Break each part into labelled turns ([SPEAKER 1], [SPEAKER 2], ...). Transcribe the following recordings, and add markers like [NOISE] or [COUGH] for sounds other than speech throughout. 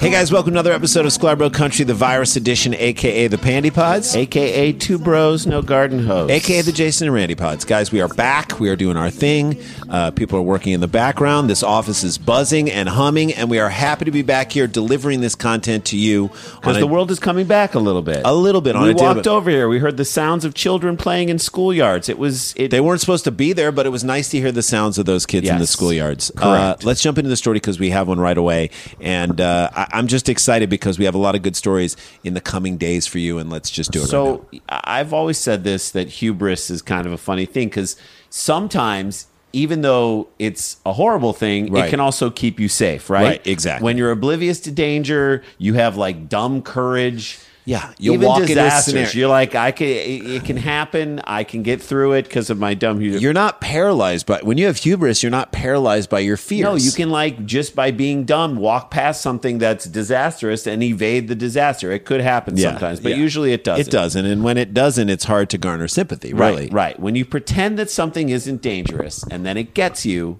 [SPEAKER 1] Hey guys, welcome to another episode of Scarborough Country, the virus edition, aka the Pandy Pods,
[SPEAKER 2] aka two bros, no garden hose,
[SPEAKER 1] aka the Jason and Randy Pods. Guys, we are back. We are doing our thing. Uh, people are working in the background. This office is buzzing and humming, and we are happy to be back here delivering this content to you. on
[SPEAKER 2] because
[SPEAKER 1] a-
[SPEAKER 2] the world is coming back a little bit.
[SPEAKER 1] A little bit on
[SPEAKER 2] We
[SPEAKER 1] a daily-
[SPEAKER 2] walked over here. We heard the sounds of children playing in schoolyards. It was it.
[SPEAKER 1] They weren't supposed to be there, but it was nice to hear the sounds of those kids in the
[SPEAKER 2] Yes.
[SPEAKER 1] schoolyards.
[SPEAKER 2] Correct.
[SPEAKER 1] Uh, let's jump into the story because we have one right away, and uh, I- I'm just excited because we have a lot of good stories in the coming days for you. And let's just do it. right now.
[SPEAKER 2] so I- I've always said this that hubris is kind of a funny thing because sometimes. Even though it's a horrible thing,
[SPEAKER 1] Right.
[SPEAKER 2] it can also keep you safe, right?
[SPEAKER 1] Right, exactly.
[SPEAKER 2] When you're oblivious to danger, you have like dumb courage.
[SPEAKER 1] Yeah, you'll
[SPEAKER 2] you'll even
[SPEAKER 1] walk into a
[SPEAKER 2] disasters.
[SPEAKER 1] scenario-
[SPEAKER 2] You're like, I can. It, it can happen. I can get through it because of my dumb hubris.
[SPEAKER 1] you're not paralyzed by when you have hubris you're not paralyzed by your fears
[SPEAKER 2] No, you can like just by being dumb walk past something that's disastrous and evade the disaster. It could happen
[SPEAKER 1] Yeah,
[SPEAKER 2] sometimes, but
[SPEAKER 1] yeah.
[SPEAKER 2] usually it doesn't.
[SPEAKER 1] it doesn't and when it doesn't it's hard to garner sympathy
[SPEAKER 2] Right,
[SPEAKER 1] really
[SPEAKER 2] right. When you pretend that something isn't dangerous and then it gets you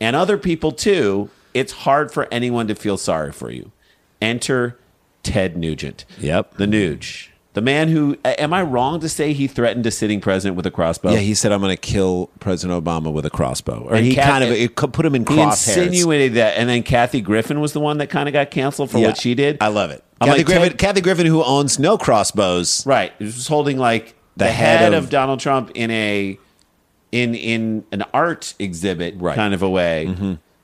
[SPEAKER 2] and other people too, it's hard for anyone to feel sorry for you. Enter Ted Nugent.
[SPEAKER 1] Yep.
[SPEAKER 2] The Nuge. The man who a- am I wrong to say he threatened a sitting president with a crossbow?
[SPEAKER 1] yeah he said i'm going to kill president obama with a crossbow or
[SPEAKER 2] And
[SPEAKER 1] he
[SPEAKER 2] Kat-
[SPEAKER 1] kind of it co- put him in
[SPEAKER 2] He
[SPEAKER 1] crosshairs
[SPEAKER 2] insinuated that, and then Kathy Griffin was the one that kind of got canceled for
[SPEAKER 1] Yeah,
[SPEAKER 2] what she did.
[SPEAKER 1] i love it
[SPEAKER 2] I'm
[SPEAKER 1] kathy,
[SPEAKER 2] like,
[SPEAKER 1] griffin,
[SPEAKER 2] Ted-
[SPEAKER 1] kathy griffin who owns no crossbows
[SPEAKER 2] Right. It was just holding like the, head, of, Donald Trump in a in in an art exhibit
[SPEAKER 1] Right.
[SPEAKER 2] kind of a way.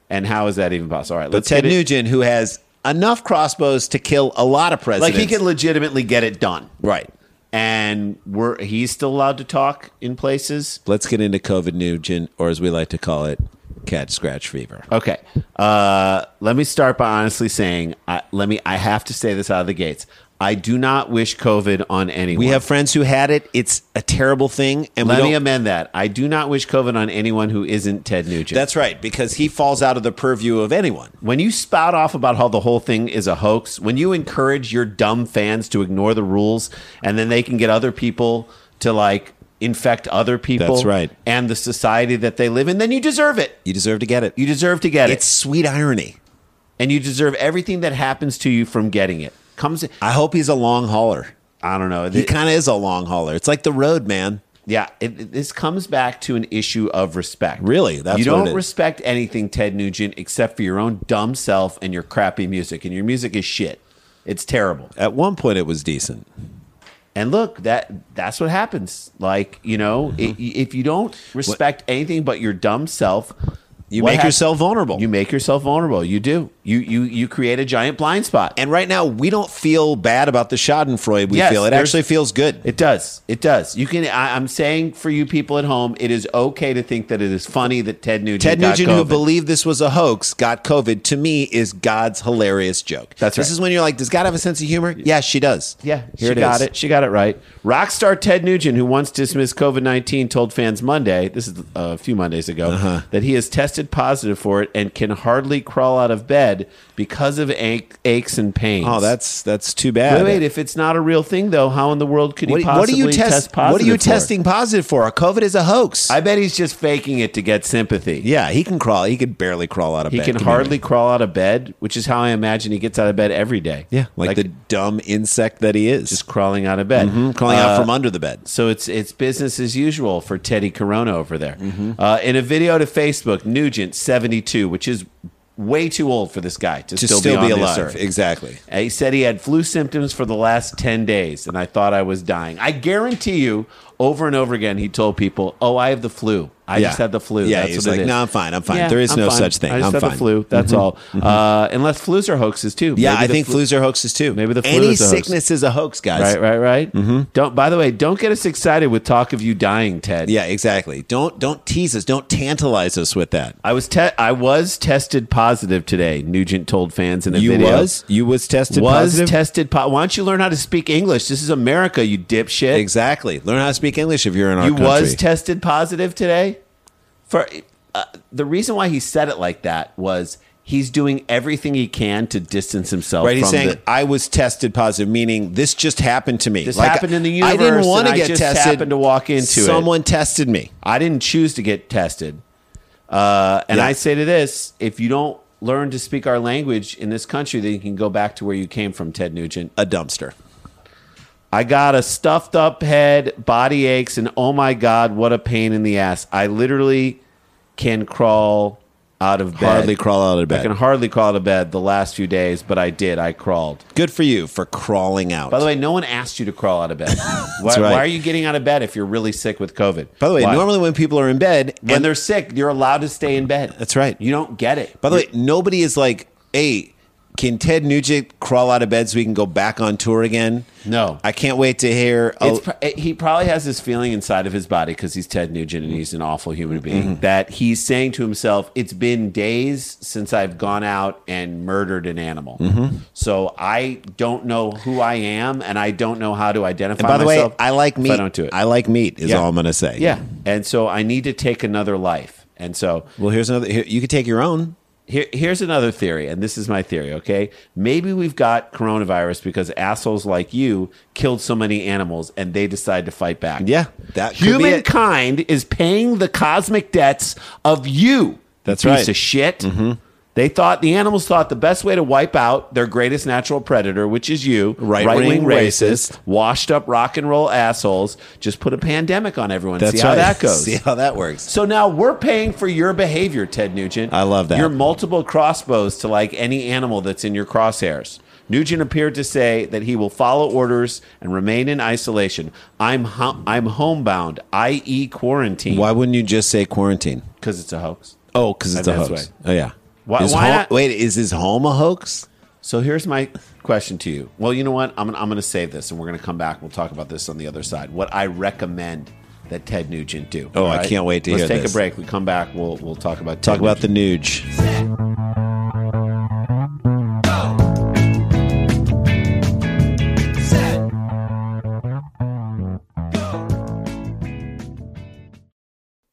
[SPEAKER 2] And how is that even possible? All right,
[SPEAKER 1] but
[SPEAKER 2] let's
[SPEAKER 1] ted
[SPEAKER 2] get it-
[SPEAKER 1] nugent who has enough crossbows to kill a lot of
[SPEAKER 2] Like
[SPEAKER 1] presidents
[SPEAKER 2] he can legitimately get it done.
[SPEAKER 1] right
[SPEAKER 2] And we're he's still allowed to talk in places.
[SPEAKER 1] let's get into covid nugent or as we like to call it cat scratch fever
[SPEAKER 2] Okay. Uh, let me start by honestly saying, I, let me. I have to say this out of the gates. I do not wish COVID on anyone.
[SPEAKER 1] we have friends who had it it's a terrible thing and
[SPEAKER 2] Let
[SPEAKER 1] we
[SPEAKER 2] me
[SPEAKER 1] don't-
[SPEAKER 2] amend that. I do not wish COVID on anyone who isn't Ted Nugent.
[SPEAKER 1] That's right, because he falls out of the purview of anyone.
[SPEAKER 2] when you spout off about how the whole thing is a hoax, when you encourage your dumb fans to ignore the rules and then they can get other people to like infect other people
[SPEAKER 1] That's right.
[SPEAKER 2] and the society that they live in, then you deserve it.
[SPEAKER 1] You deserve to get it.
[SPEAKER 2] You deserve to get
[SPEAKER 1] it's
[SPEAKER 2] it.
[SPEAKER 1] sweet irony.
[SPEAKER 2] And you deserve everything that happens to you from getting it. Comes
[SPEAKER 1] I hope he's a long hauler.
[SPEAKER 2] I don't know.
[SPEAKER 1] He
[SPEAKER 2] It-
[SPEAKER 1] kind of is a long hauler. It's like the road, man.
[SPEAKER 2] yeah, it, it- this comes back to an issue of respect.
[SPEAKER 1] Really? That's
[SPEAKER 2] you
[SPEAKER 1] what it
[SPEAKER 2] don't
[SPEAKER 1] is.
[SPEAKER 2] respect anything, Ted Nugent, except for your own dumb self and your crappy music. And your music is shit. It's terrible.
[SPEAKER 1] At one point, it was decent.
[SPEAKER 2] And look, that that's what happens. Like you know,
[SPEAKER 1] Mm-hmm.
[SPEAKER 2] i if you don't respect anything but your dumb self,
[SPEAKER 1] You
[SPEAKER 2] what
[SPEAKER 1] make
[SPEAKER 2] hap-
[SPEAKER 1] yourself vulnerable.
[SPEAKER 2] You make yourself vulnerable. You do. You you you create a giant blind spot.
[SPEAKER 1] and right now, we don't feel bad about the Schadenfreude. We
[SPEAKER 2] Yes,
[SPEAKER 1] feel it
[SPEAKER 2] there's-
[SPEAKER 1] actually feels good.
[SPEAKER 2] it does. It does. You can. I, I'm saying for you people at home, it is okay to think that it is funny that Ted Nugent.
[SPEAKER 1] Ted
[SPEAKER 2] got
[SPEAKER 1] Nugent, who
[SPEAKER 2] COVID.
[SPEAKER 1] believed this was a hoax, got COVID. To me, is God's hilarious joke.
[SPEAKER 2] That's
[SPEAKER 1] This
[SPEAKER 2] right.
[SPEAKER 1] is when you're like, does God have a sense of humor? Yes, she does.
[SPEAKER 2] Yeah,
[SPEAKER 1] here
[SPEAKER 2] she
[SPEAKER 1] it is.
[SPEAKER 2] got it. She got it right. Rock star Ted Nugent, who once dismissed COVID 19, told fans Monday, this is uh,
[SPEAKER 1] Uh-huh.
[SPEAKER 2] a few Mondays ago, that he has tested positive for it and can hardly crawl out of bed because of ache, aches and pains.
[SPEAKER 1] Oh, that's that's too bad.
[SPEAKER 2] Wait, wait, if it's not a real thing, though, how in the world could
[SPEAKER 1] what,
[SPEAKER 2] he
[SPEAKER 1] what
[SPEAKER 2] possibly
[SPEAKER 1] are you test,
[SPEAKER 2] test positive
[SPEAKER 1] What are you
[SPEAKER 2] for?
[SPEAKER 1] testing positive for? COVID is a hoax.
[SPEAKER 2] I bet he's just faking it to get sympathy.
[SPEAKER 1] yeah, he can crawl. He can barely crawl out of
[SPEAKER 2] He
[SPEAKER 1] bed.
[SPEAKER 2] can
[SPEAKER 1] you
[SPEAKER 2] hardly crawl out of bed, which is how I imagine he gets out of bed every day.
[SPEAKER 1] imagine? Yeah, like, the dumb insect that he is,
[SPEAKER 2] just crawling out of bed,
[SPEAKER 1] Mhm, crawling
[SPEAKER 2] Uh,
[SPEAKER 1] out from under the bed.
[SPEAKER 2] So it's it's business as usual for Teddy Corona over there.
[SPEAKER 1] Mm-hmm.
[SPEAKER 2] Uh, in a video to Facebook, Nugent seventy two, which is way too old for this guy to,
[SPEAKER 1] To
[SPEAKER 2] still, be, on alive. This earth.
[SPEAKER 1] Exactly.
[SPEAKER 2] Uh, He said he had flu symptoms for the last 10 days, and I thought I was dying. I guarantee you, over and over again, he told people, Oh, I have the flu. I
[SPEAKER 1] Yeah.
[SPEAKER 2] just had the flu.
[SPEAKER 1] Yeah,
[SPEAKER 2] That's
[SPEAKER 1] he's
[SPEAKER 2] what it
[SPEAKER 1] like,
[SPEAKER 2] is."
[SPEAKER 1] "No, I'm fine, I'm fine.
[SPEAKER 2] Yeah,
[SPEAKER 1] There is
[SPEAKER 2] I'm
[SPEAKER 1] no
[SPEAKER 2] fine.
[SPEAKER 1] such thing.
[SPEAKER 2] I just
[SPEAKER 1] I'm
[SPEAKER 2] had the
[SPEAKER 1] fine." Mm-hmm.
[SPEAKER 2] flu. That's all. Uh, unless flus are hoaxes, too.
[SPEAKER 1] Yeah,
[SPEAKER 2] Maybe
[SPEAKER 1] I
[SPEAKER 2] the
[SPEAKER 1] think
[SPEAKER 2] flu-
[SPEAKER 1] flus are hoaxes too.
[SPEAKER 2] Maybe the flu
[SPEAKER 1] any
[SPEAKER 2] is a hoax.
[SPEAKER 1] sickness is a hoax, guys.
[SPEAKER 2] Right, right, right.
[SPEAKER 1] Mm-hmm.
[SPEAKER 2] Don't. By the way, don't get us excited with talk of you dying, Ted.
[SPEAKER 1] Yeah, exactly. Don't don't tease us. Don't tantalize us with that.
[SPEAKER 2] I was te- I was tested positive today. Nugent told fans in a
[SPEAKER 1] You
[SPEAKER 2] video.
[SPEAKER 1] was you was tested
[SPEAKER 2] was
[SPEAKER 1] positive.
[SPEAKER 2] tested. Po- Why don't you learn how to speak English? This is America, you dipshit.
[SPEAKER 1] exactly. Learn how to speak English if you're in our
[SPEAKER 2] you
[SPEAKER 1] country.
[SPEAKER 2] was tested positive today for uh, the reason why he said it like that was he's doing everything he can to distance himself
[SPEAKER 1] Right, he's
[SPEAKER 2] from
[SPEAKER 1] saying
[SPEAKER 2] the,
[SPEAKER 1] I was tested positive, meaning this just happened to me.
[SPEAKER 2] This happened in the universe,
[SPEAKER 1] I didn't want to
[SPEAKER 2] and I
[SPEAKER 1] get
[SPEAKER 2] just
[SPEAKER 1] tested.
[SPEAKER 2] happened to walk into it.
[SPEAKER 1] Someone tested me.
[SPEAKER 2] i didn't choose to get tested uh, and
[SPEAKER 1] Yeah.
[SPEAKER 2] i say to this if you don't learn to speak our language in this country then you can go back to where you came from ted nugent
[SPEAKER 1] A dumpster.
[SPEAKER 2] I got a stuffed up head, body aches, and oh my God, what a pain in the ass. I literally can crawl out of bed.
[SPEAKER 1] Hardly crawl out of
[SPEAKER 2] I
[SPEAKER 1] bed.
[SPEAKER 2] can hardly crawl out of bed the last few days, but I did. I crawled.
[SPEAKER 1] Good for you for crawling out.
[SPEAKER 2] By the way, no one asked you to crawl out
[SPEAKER 1] [LAUGHS]
[SPEAKER 2] of bed. why,
[SPEAKER 1] right.
[SPEAKER 2] why are you getting out of bed if you're really sick with COVID?
[SPEAKER 1] By the way,
[SPEAKER 2] Why?
[SPEAKER 1] normally when people are in bed
[SPEAKER 2] when
[SPEAKER 1] and
[SPEAKER 2] they're sick, you're allowed to stay in bed.
[SPEAKER 1] That's right.
[SPEAKER 2] You don't get it.
[SPEAKER 1] By the way, nobody is like, hey, can Ted Nugent crawl out of bed so we can go back on tour again?
[SPEAKER 2] No.
[SPEAKER 1] I can't wait to hear. Oh,
[SPEAKER 2] It's pr- it- he probably has this feeling inside of his body because he's Ted Nugent and he's an awful human being
[SPEAKER 1] Mm-hmm.
[SPEAKER 2] that he's saying to himself, "It's been days since I've gone out and murdered an animal,
[SPEAKER 1] Mm-hmm.
[SPEAKER 2] so I don't know who I am and I don't know how to identify."
[SPEAKER 1] and by the way,
[SPEAKER 2] myself
[SPEAKER 1] I like
[SPEAKER 2] if
[SPEAKER 1] meat.
[SPEAKER 2] I don't do it.
[SPEAKER 1] like meat is
[SPEAKER 2] Yeah.
[SPEAKER 1] all I'm going to say.
[SPEAKER 2] yeah, and so I need to take another life, and so
[SPEAKER 1] Well, here's another. Here, you could take your own.
[SPEAKER 2] here, here's another theory, and this is my theory, okay? Maybe we've got coronavirus because assholes like you killed so many animals and they decide to fight back.
[SPEAKER 1] Yeah, that could be it.
[SPEAKER 2] Humankind is paying the cosmic debts of you.
[SPEAKER 1] That's
[SPEAKER 2] piece
[SPEAKER 1] right. Mm-hmm.
[SPEAKER 2] of shit. They thought the animals thought the best way to wipe out their greatest natural predator, which is you,
[SPEAKER 1] Right-wing
[SPEAKER 2] racists,
[SPEAKER 1] racist.
[SPEAKER 2] washed up rock and roll assholes, just put a pandemic on everyone.
[SPEAKER 1] That's
[SPEAKER 2] See
[SPEAKER 1] right.
[SPEAKER 2] how [LAUGHS] that
[SPEAKER 1] [LAUGHS]
[SPEAKER 2] goes.
[SPEAKER 1] See how that works.
[SPEAKER 2] So now we're paying for your behavior, Ted Nugent.
[SPEAKER 1] I love that.
[SPEAKER 2] Your multiple crossbows to like any animal that's in your crosshairs. Nugent appeared to say that he will follow orders and remain in isolation. I'm ho- I'm homebound, i.e., quarantine.
[SPEAKER 1] Why wouldn't you just say quarantine?
[SPEAKER 2] Because it's a hoax.
[SPEAKER 1] Oh, because it's a
[SPEAKER 2] That's
[SPEAKER 1] hoax. Oh yeah.
[SPEAKER 2] Why-
[SPEAKER 1] Is
[SPEAKER 2] why
[SPEAKER 1] ho-
[SPEAKER 2] not-
[SPEAKER 1] Wait, is his home a hoax?
[SPEAKER 2] So here's my question to you. Well, you know what? I'm gonna, I'm going to save this, and we're going to come back. We'll talk about this on the other side. What I recommend that Ted Nugent do.
[SPEAKER 1] Oh,
[SPEAKER 2] all
[SPEAKER 1] I can't wait to
[SPEAKER 2] Let's
[SPEAKER 1] hear
[SPEAKER 2] take
[SPEAKER 1] this.
[SPEAKER 2] a break. We come back. We'll we'll talk about
[SPEAKER 1] Talk
[SPEAKER 2] Ted
[SPEAKER 1] about the Nuge.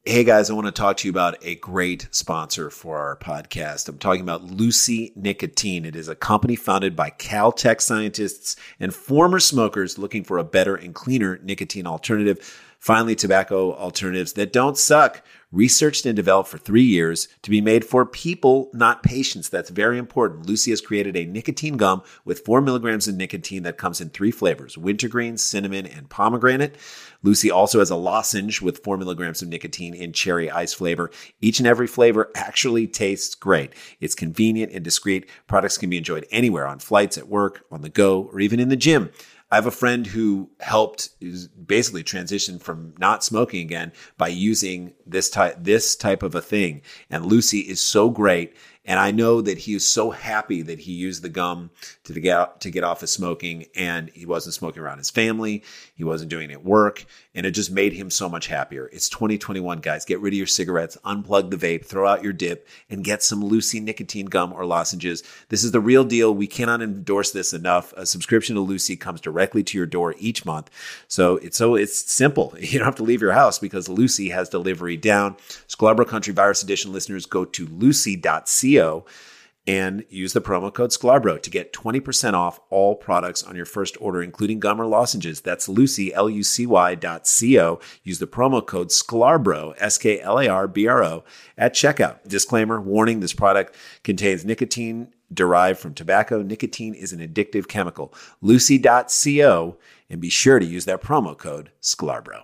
[SPEAKER 1] Hey guys, I want to talk to you about a great sponsor for our podcast. I'm talking about Lucy Nicotine. It is a company founded by Caltech scientists and former smokers looking for a better and cleaner nicotine alternative. Finally, tobacco alternatives that don't suck. Researched and developed for three years to be made for people, not patients. That's very important. Lucy has created a nicotine gum with four milligrams of nicotine that comes in three flavors wintergreen, cinnamon, and pomegranate. Lucy also has a lozenge with four milligrams of nicotine in cherry ice flavor. Each and every flavor actually tastes great. It's convenient and discreet. Products can be enjoyed anywhere on flights, at work, on the go, or even in the gym. I have a friend who helped is basically transition from not smoking again by using this type this type of a thing. And Lucy is so great, and I know that he is so happy that he used the gum to get out, to get off of smoking, and he wasn't smoking around his family, he wasn't doing it at work, and it just made him so much happier. It's 2021, guys. Get rid of your cigarettes, unplug the vape, throw out your dip, and get some Lucy nicotine gum or lozenges. This is the real deal. We cannot endorse this enough. A subscription to Lucy comes directly to your door each month. So it's so it's simple. [LAUGHS] You don't have to leave your house because Lucy has delivery down. Scarborough Country Virus Edition listeners go to lucy.co
[SPEAKER 3] and use the promo code Sklarbro to get 20% off all products on your first order, including gum or lozenges. That's Lucy, L U C Y dot C O. Use the promo code Sklarbro, S K L A R B R O, at checkout. Disclaimer warning this product contains nicotine derived from tobacco. Nicotine is an addictive chemical. Lucy dot co, and be sure to use that promo code Sklarbro.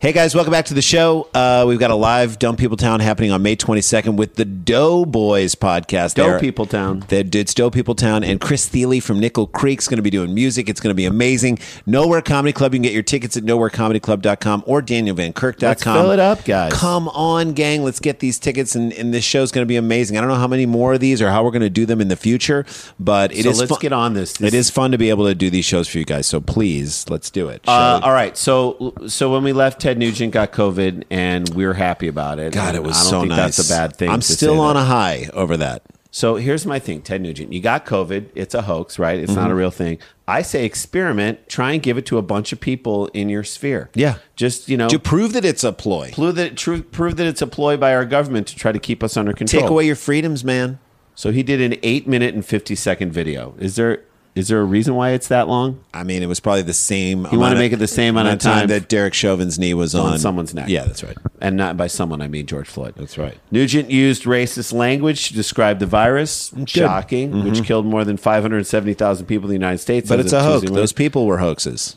[SPEAKER 1] Hey guys, welcome back to the show. Uh, we've got a live Dumb People Town happening on May 22nd with the Doughboys podcast.
[SPEAKER 2] Dough
[SPEAKER 1] They're-
[SPEAKER 2] People Town.
[SPEAKER 1] The, it's Dough People Town, and Chris Thiele from Nickel Creek's going to be doing music. It's going to be amazing. Nowhere Comedy Club. You can get your tickets at nowherecomedyclub.com or danielvankirk.com.
[SPEAKER 2] Let's fill it up, guys.
[SPEAKER 1] Come on, gang. Let's get these tickets, and, and this show's going to be amazing. I don't know how many more of these or how we're going to do them in the future, but it is.
[SPEAKER 2] So let's
[SPEAKER 1] fun-
[SPEAKER 2] get on this. This
[SPEAKER 1] It is fun to be able to do these shows for you guys, so please let's do it.
[SPEAKER 2] Uh, all right, so so when we left, Ted Nugent got COVID, and we were happy about it.
[SPEAKER 1] God,
[SPEAKER 2] And
[SPEAKER 1] it was
[SPEAKER 2] I don't
[SPEAKER 1] so
[SPEAKER 2] think
[SPEAKER 1] nice.
[SPEAKER 2] That's a bad thing.
[SPEAKER 1] I'm
[SPEAKER 2] to
[SPEAKER 1] still
[SPEAKER 2] say
[SPEAKER 1] on
[SPEAKER 2] that.
[SPEAKER 1] a high over that.
[SPEAKER 2] So here's my thing, Ted Nugent. You got COVID. It's a hoax, right? It's
[SPEAKER 1] Mm-hmm.
[SPEAKER 2] not a real thing. I say experiment. Try and give it to a bunch of people in your sphere.
[SPEAKER 1] Yeah.
[SPEAKER 2] just you know,
[SPEAKER 1] To prove that it's a ploy,
[SPEAKER 2] prove that true, prove that it's a ploy by our government to try to keep us under control.
[SPEAKER 1] take away your freedoms, man.
[SPEAKER 2] So he did an eight minute and fifty second video. Is there is there a reason why it's that long?
[SPEAKER 1] I mean, it was probably the same. You
[SPEAKER 2] wanna make it the same amount of time
[SPEAKER 1] that Derek Chauvin's knee was on,
[SPEAKER 2] on someone's neck.
[SPEAKER 1] Yeah, that's right.
[SPEAKER 2] And not by someone, I mean George Floyd.
[SPEAKER 1] That's right.
[SPEAKER 2] Nugent used racist language to describe the virus, shocking, which killed more than 570,000 people in the United States.
[SPEAKER 1] Mm-hmm. But
[SPEAKER 2] as
[SPEAKER 1] it's
[SPEAKER 2] of
[SPEAKER 1] a hoax.
[SPEAKER 2] Tuesday morning.
[SPEAKER 1] Those people were hoaxes.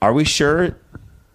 [SPEAKER 2] Are we sure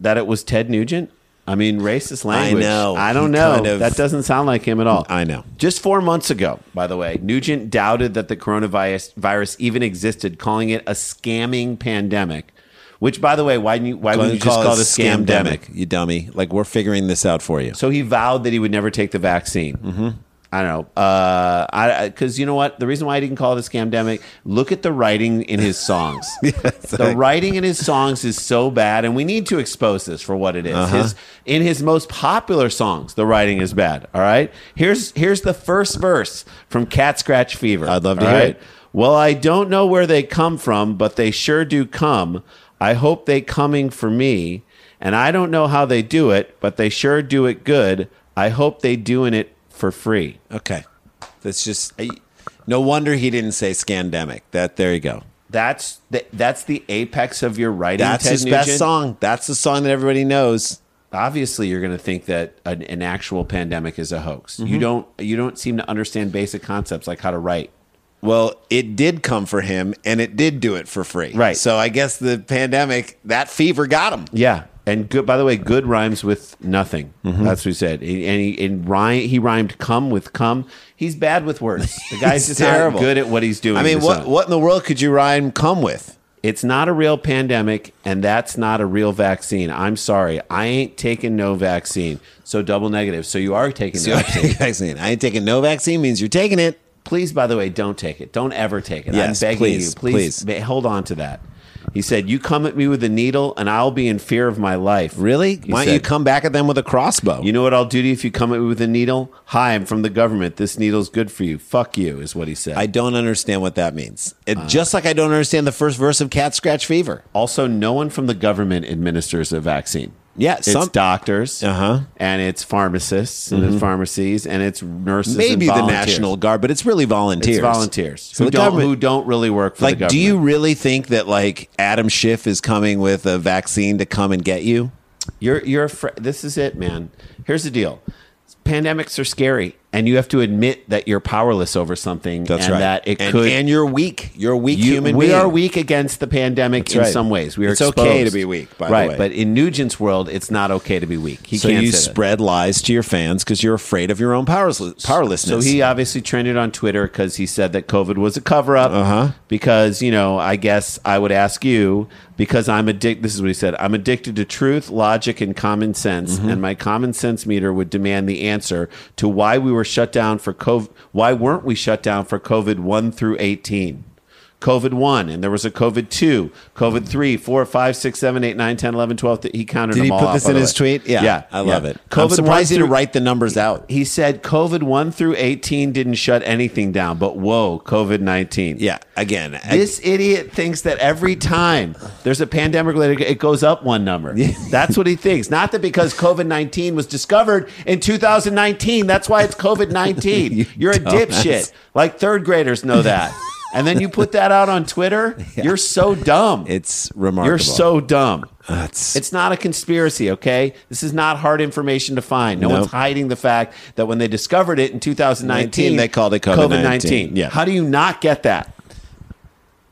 [SPEAKER 2] that it was Ted Nugent? I mean, racist language.
[SPEAKER 1] know.
[SPEAKER 2] I don't
[SPEAKER 1] He
[SPEAKER 2] know.
[SPEAKER 1] kind of-
[SPEAKER 2] that doesn't sound like him at all.
[SPEAKER 1] I know.
[SPEAKER 2] Just four months ago, by the way, Nugent doubted that the coronavirus virus even existed, calling it a scamming pandemic. Which, by the way, why didn't you, why wouldn't you just call it a scamdemic?
[SPEAKER 1] you dummy. Like we're figuring this out for you.
[SPEAKER 2] So he vowed that he would never take the vaccine. Mm-hmm. I don't know. Uh, I because you know what? The reason why I didn't call it a scamdemic. Look at the writing in his songs. the writing in his songs is so bad, and we need to expose this for what it is. His, in his most popular songs, the writing is bad. All right. Here's here's the first verse from Cat Scratch Fever.
[SPEAKER 1] I'd love to
[SPEAKER 2] All
[SPEAKER 1] hear
[SPEAKER 2] right?
[SPEAKER 1] it.
[SPEAKER 2] Well, I don't know where they come from, but they sure do come. I hope they coming for me, and I don't know how they do it, but they sure do it good. I hope they doing it for free.
[SPEAKER 1] okay, that's just. I, no wonder he didn't say scandemic. That there you go.
[SPEAKER 2] That's the, that's the apex of your writing.
[SPEAKER 1] That's
[SPEAKER 2] Ted
[SPEAKER 1] his
[SPEAKER 2] Nugent.
[SPEAKER 1] best song. That's the song that everybody knows.
[SPEAKER 2] Obviously, you're going to think that an, an actual pandemic is a hoax.
[SPEAKER 1] Mm-hmm.
[SPEAKER 2] You don't you don't seem to understand basic concepts like how to write.
[SPEAKER 1] Well, it did come for him, and it did do it for free.
[SPEAKER 2] Right.
[SPEAKER 1] So I guess the pandemic, that fever got him.
[SPEAKER 2] Yeah, and good. By the way, good rhymes with nothing.
[SPEAKER 1] Mm-hmm.
[SPEAKER 2] That's what he said. And he and rhyme, he rhymed "come" with "come." He's bad
[SPEAKER 1] [LAUGHS]
[SPEAKER 2] with words. The guy's just
[SPEAKER 1] terrible.
[SPEAKER 2] terrible. good at what he's doing.
[SPEAKER 1] I mean,
[SPEAKER 2] It's
[SPEAKER 1] what
[SPEAKER 2] not-
[SPEAKER 1] what in the world could you rhyme come with?
[SPEAKER 2] It's not a real pandemic, and that's not a real vaccine. I'm sorry, I ain't taking no vaccine. So double negative. So you are taking
[SPEAKER 1] [LAUGHS]
[SPEAKER 2] the
[SPEAKER 1] So I
[SPEAKER 2] vaccine.
[SPEAKER 1] take vaccine. I ain't taking no vaccine means you're taking it.
[SPEAKER 2] Please, by the way, don't take it. Don't ever take it.
[SPEAKER 1] Yes,
[SPEAKER 2] I'm begging
[SPEAKER 1] please,
[SPEAKER 2] you. Please,
[SPEAKER 1] please.
[SPEAKER 2] ma- hold on to that. He said, "You come at me with a needle, and I'll be in fear of my life."
[SPEAKER 1] Really?
[SPEAKER 2] He
[SPEAKER 1] Why don't you
[SPEAKER 2] said.
[SPEAKER 1] come back at them with a crossbow?
[SPEAKER 2] You know what I'll do to you if you come at me with a needle? Hi, I'm from the government. This needle's good for you. Fuck you, is what he said.
[SPEAKER 1] I don't understand what that means. It,
[SPEAKER 2] Uh,
[SPEAKER 1] just like I don't understand the first verse of Cat Scratch Fever.
[SPEAKER 2] also, no one from the government administers a vaccine.
[SPEAKER 1] Yeah,
[SPEAKER 2] it's
[SPEAKER 1] some-
[SPEAKER 2] doctors,
[SPEAKER 1] Uh-huh. Mm-hmm.
[SPEAKER 2] and it's pharmacists, and it's pharmacies, and it's nurses. and
[SPEAKER 1] Maybe the
[SPEAKER 2] volunteers.
[SPEAKER 1] National Guard, but it's really volunteers.
[SPEAKER 2] It's volunteers
[SPEAKER 1] So
[SPEAKER 2] who
[SPEAKER 1] the
[SPEAKER 2] don't
[SPEAKER 1] government-
[SPEAKER 2] who don't really work for the
[SPEAKER 1] Like,
[SPEAKER 2] government.
[SPEAKER 1] do you really think that like Adam Schiff is coming with a vaccine to come and get you?
[SPEAKER 2] You're you're afraid. This is it, man. Here's the deal: pandemics are scary, and you have to admit that you're powerless over something. and That it
[SPEAKER 1] and,
[SPEAKER 2] could
[SPEAKER 1] and you're weak. You're a weak
[SPEAKER 2] You-
[SPEAKER 1] human.
[SPEAKER 2] we
[SPEAKER 1] being.
[SPEAKER 2] are weak against the pandemic in
[SPEAKER 1] right.
[SPEAKER 2] some ways. We are
[SPEAKER 1] It's okay
[SPEAKER 2] exposed.
[SPEAKER 1] to be weak, by the
[SPEAKER 2] right?
[SPEAKER 1] way.
[SPEAKER 2] But in Nugent's world, it's not okay to be weak. He
[SPEAKER 1] So
[SPEAKER 2] can't
[SPEAKER 1] you
[SPEAKER 2] say that.
[SPEAKER 1] spread lies to your fans because you're afraid of your own powerless-
[SPEAKER 2] So
[SPEAKER 1] powerlessness.
[SPEAKER 2] he obviously trended on Twitter because he said that COVID was a cover up.
[SPEAKER 1] Uh-huh.
[SPEAKER 2] Because you know, I guess I would ask you because I'm addicted. This is what he said: I'm addicted to truth, logic, and common sense,
[SPEAKER 1] Mm-hmm.
[SPEAKER 2] and my common sense meter would demand the answer to why we were shut down for COVID. Why weren't we shut down for COVID one through eighteen? COVID 1, and there was a COVID 2, COVID 3, 4, 5, 6, 7, 8, 9, 10, 11, 12. He counted
[SPEAKER 1] Did
[SPEAKER 2] them
[SPEAKER 1] he
[SPEAKER 2] all
[SPEAKER 1] put
[SPEAKER 2] out,
[SPEAKER 1] this
[SPEAKER 2] by
[SPEAKER 1] in
[SPEAKER 2] the
[SPEAKER 1] his
[SPEAKER 2] way.
[SPEAKER 1] tweet? Yeah, I love it. I'm
[SPEAKER 2] COVID
[SPEAKER 1] surprised he didn't
[SPEAKER 2] one through-
[SPEAKER 1] write the numbers out.
[SPEAKER 2] He said COVID 1 through 18 didn't shut anything down, but whoa, COVID 19.
[SPEAKER 1] Yeah, again, I-
[SPEAKER 2] This idiot thinks that every time there's a pandemic related, it goes up one number. That's what he thinks. Not that because COVID 19 was discovered in 2019, that's why it's COVID
[SPEAKER 1] [LAUGHS]
[SPEAKER 2] 19.
[SPEAKER 1] You
[SPEAKER 2] You're a
[SPEAKER 1] dumbass.
[SPEAKER 2] dipshit. Like third graders know that. and then you put that out
[SPEAKER 1] [LAUGHS]
[SPEAKER 2] on Twitter. You're so dumb.
[SPEAKER 1] it's remarkable. Uh,
[SPEAKER 2] You're so dumb.
[SPEAKER 1] That's-
[SPEAKER 2] It's not a conspiracy, okay? This is not hard information to find. No
[SPEAKER 1] Nope.
[SPEAKER 2] one's hiding the fact that when they discovered it in 2019,
[SPEAKER 1] 19, they called it COVID-19. Yeah.
[SPEAKER 2] How do you not get that?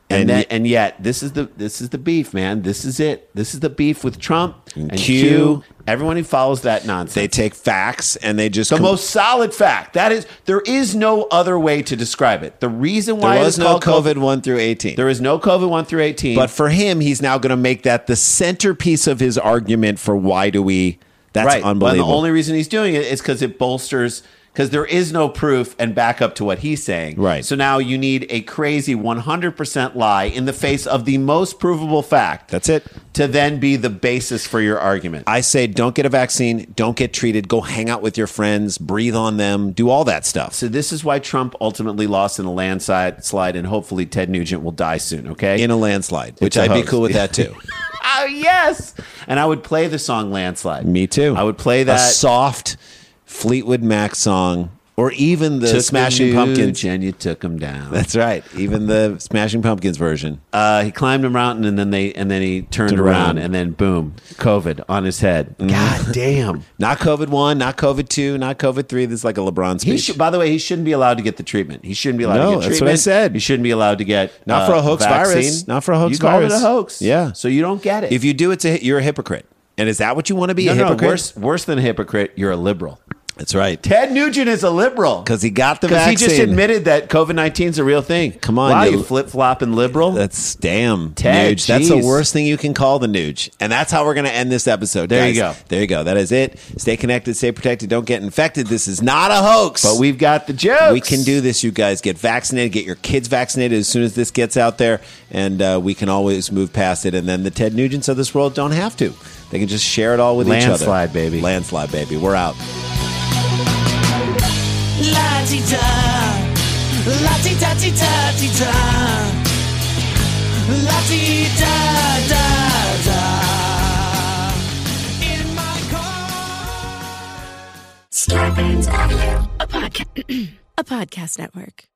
[SPEAKER 2] And,
[SPEAKER 1] And
[SPEAKER 2] that,
[SPEAKER 1] ye-
[SPEAKER 2] and yet this is the this is the beef, man. This is it. This is the beef with Trump and,
[SPEAKER 1] Q.
[SPEAKER 2] Q. Everyone who follows that nonsense.
[SPEAKER 1] they take facts and they just
[SPEAKER 2] the
[SPEAKER 1] com-
[SPEAKER 2] most solid fact that is there is no other way to describe it. The reason why
[SPEAKER 1] There
[SPEAKER 2] it
[SPEAKER 1] was
[SPEAKER 2] is
[SPEAKER 1] no
[SPEAKER 2] called
[SPEAKER 1] COVID one through eighteen.
[SPEAKER 2] There is no COVID one through eighteen.
[SPEAKER 1] But for him, he's now going to make that the centerpiece of his argument for why do we? That's unbelievable.
[SPEAKER 2] But the only reason he's doing it is because it bolsters because there is no proof and backup to what he's saying.
[SPEAKER 1] Right.
[SPEAKER 2] So now you need a crazy 100% lie in the face of the most provable fact.
[SPEAKER 1] That's it.
[SPEAKER 2] To then be the basis for your argument.
[SPEAKER 1] I say, don't get a vaccine, don't get treated, go hang out with your friends, breathe on them, do all that stuff.
[SPEAKER 2] so this is why Trump ultimately lost in a landslide slide and hopefully Ted Nugent will die soon, okay?
[SPEAKER 1] in a landslide, which
[SPEAKER 2] a
[SPEAKER 1] I'd be
[SPEAKER 2] hoax.
[SPEAKER 1] cool with that [LAUGHS] too.
[SPEAKER 2] oh yes. And I would play the song Landslide.
[SPEAKER 1] Me too.
[SPEAKER 2] I would play
[SPEAKER 1] a
[SPEAKER 2] that
[SPEAKER 1] soft Fleetwood Mac song, or even the
[SPEAKER 2] Took
[SPEAKER 1] Smashing
[SPEAKER 2] Nugent
[SPEAKER 1] Pumpkins.
[SPEAKER 2] and you took him down.
[SPEAKER 1] That's right, even the Smashing Pumpkins version.
[SPEAKER 2] Uh, he climbed a mountain and then they and then he turned,
[SPEAKER 1] Turned around. Mm.
[SPEAKER 2] around, and then boom, COVID on his head. God damn.
[SPEAKER 1] [LAUGHS] Not COVID one, not COVID two, not COVID three. This is like a LeBron speech.
[SPEAKER 2] He should, by the way, he shouldn't be allowed to get the treatment. He shouldn't be allowed
[SPEAKER 1] No,
[SPEAKER 2] to get
[SPEAKER 1] that's
[SPEAKER 2] treatment.
[SPEAKER 1] what I said.
[SPEAKER 2] He shouldn't be allowed to get uh,
[SPEAKER 1] Not for a hoax virus. Not for a hoax
[SPEAKER 2] you called
[SPEAKER 1] virus.
[SPEAKER 2] it a hoax.
[SPEAKER 1] Yeah.
[SPEAKER 2] So you don't get it.
[SPEAKER 1] if you do, it's a, you're a hypocrite. And is that what you want to be?
[SPEAKER 2] no,
[SPEAKER 1] a
[SPEAKER 2] no,
[SPEAKER 1] hypocrite?
[SPEAKER 2] worse worse than a hypocrite, you're a liberal.
[SPEAKER 1] That's right.
[SPEAKER 2] Ted Nugent is a liberal.
[SPEAKER 1] Because he got the
[SPEAKER 2] Because he
[SPEAKER 1] vaccine.
[SPEAKER 2] just admitted that COVID 19 is a real thing.
[SPEAKER 1] Come on,
[SPEAKER 2] Wow,
[SPEAKER 1] you-
[SPEAKER 2] you flip flopping liberal.
[SPEAKER 1] That's damn
[SPEAKER 2] Ted,
[SPEAKER 1] Nuge. That's the
[SPEAKER 2] jeez.
[SPEAKER 1] worst thing you can call the Nuge. And that's how we're going to end this episode.
[SPEAKER 2] There you
[SPEAKER 1] guys.
[SPEAKER 2] go.
[SPEAKER 1] There you go. That is it. Stay connected, stay protected, don't get infected. This is not a hoax.
[SPEAKER 2] but we've got the jokes.
[SPEAKER 1] we can do this, you guys. Get vaccinated, get your kids vaccinated as soon as this gets out there, and uh, we can always move past it. And then the Ted Nugents of this world don't have to. They can just share it all with each other.
[SPEAKER 2] Landslide, baby.
[SPEAKER 1] Landslide, baby. We're out.
[SPEAKER 4] La-ti-ta, la-ti-ta-ti-ta-ti-ta, la-ti-da-da-da. In my car.
[SPEAKER 5] Scarpins Avenue.
[SPEAKER 6] A podcast network.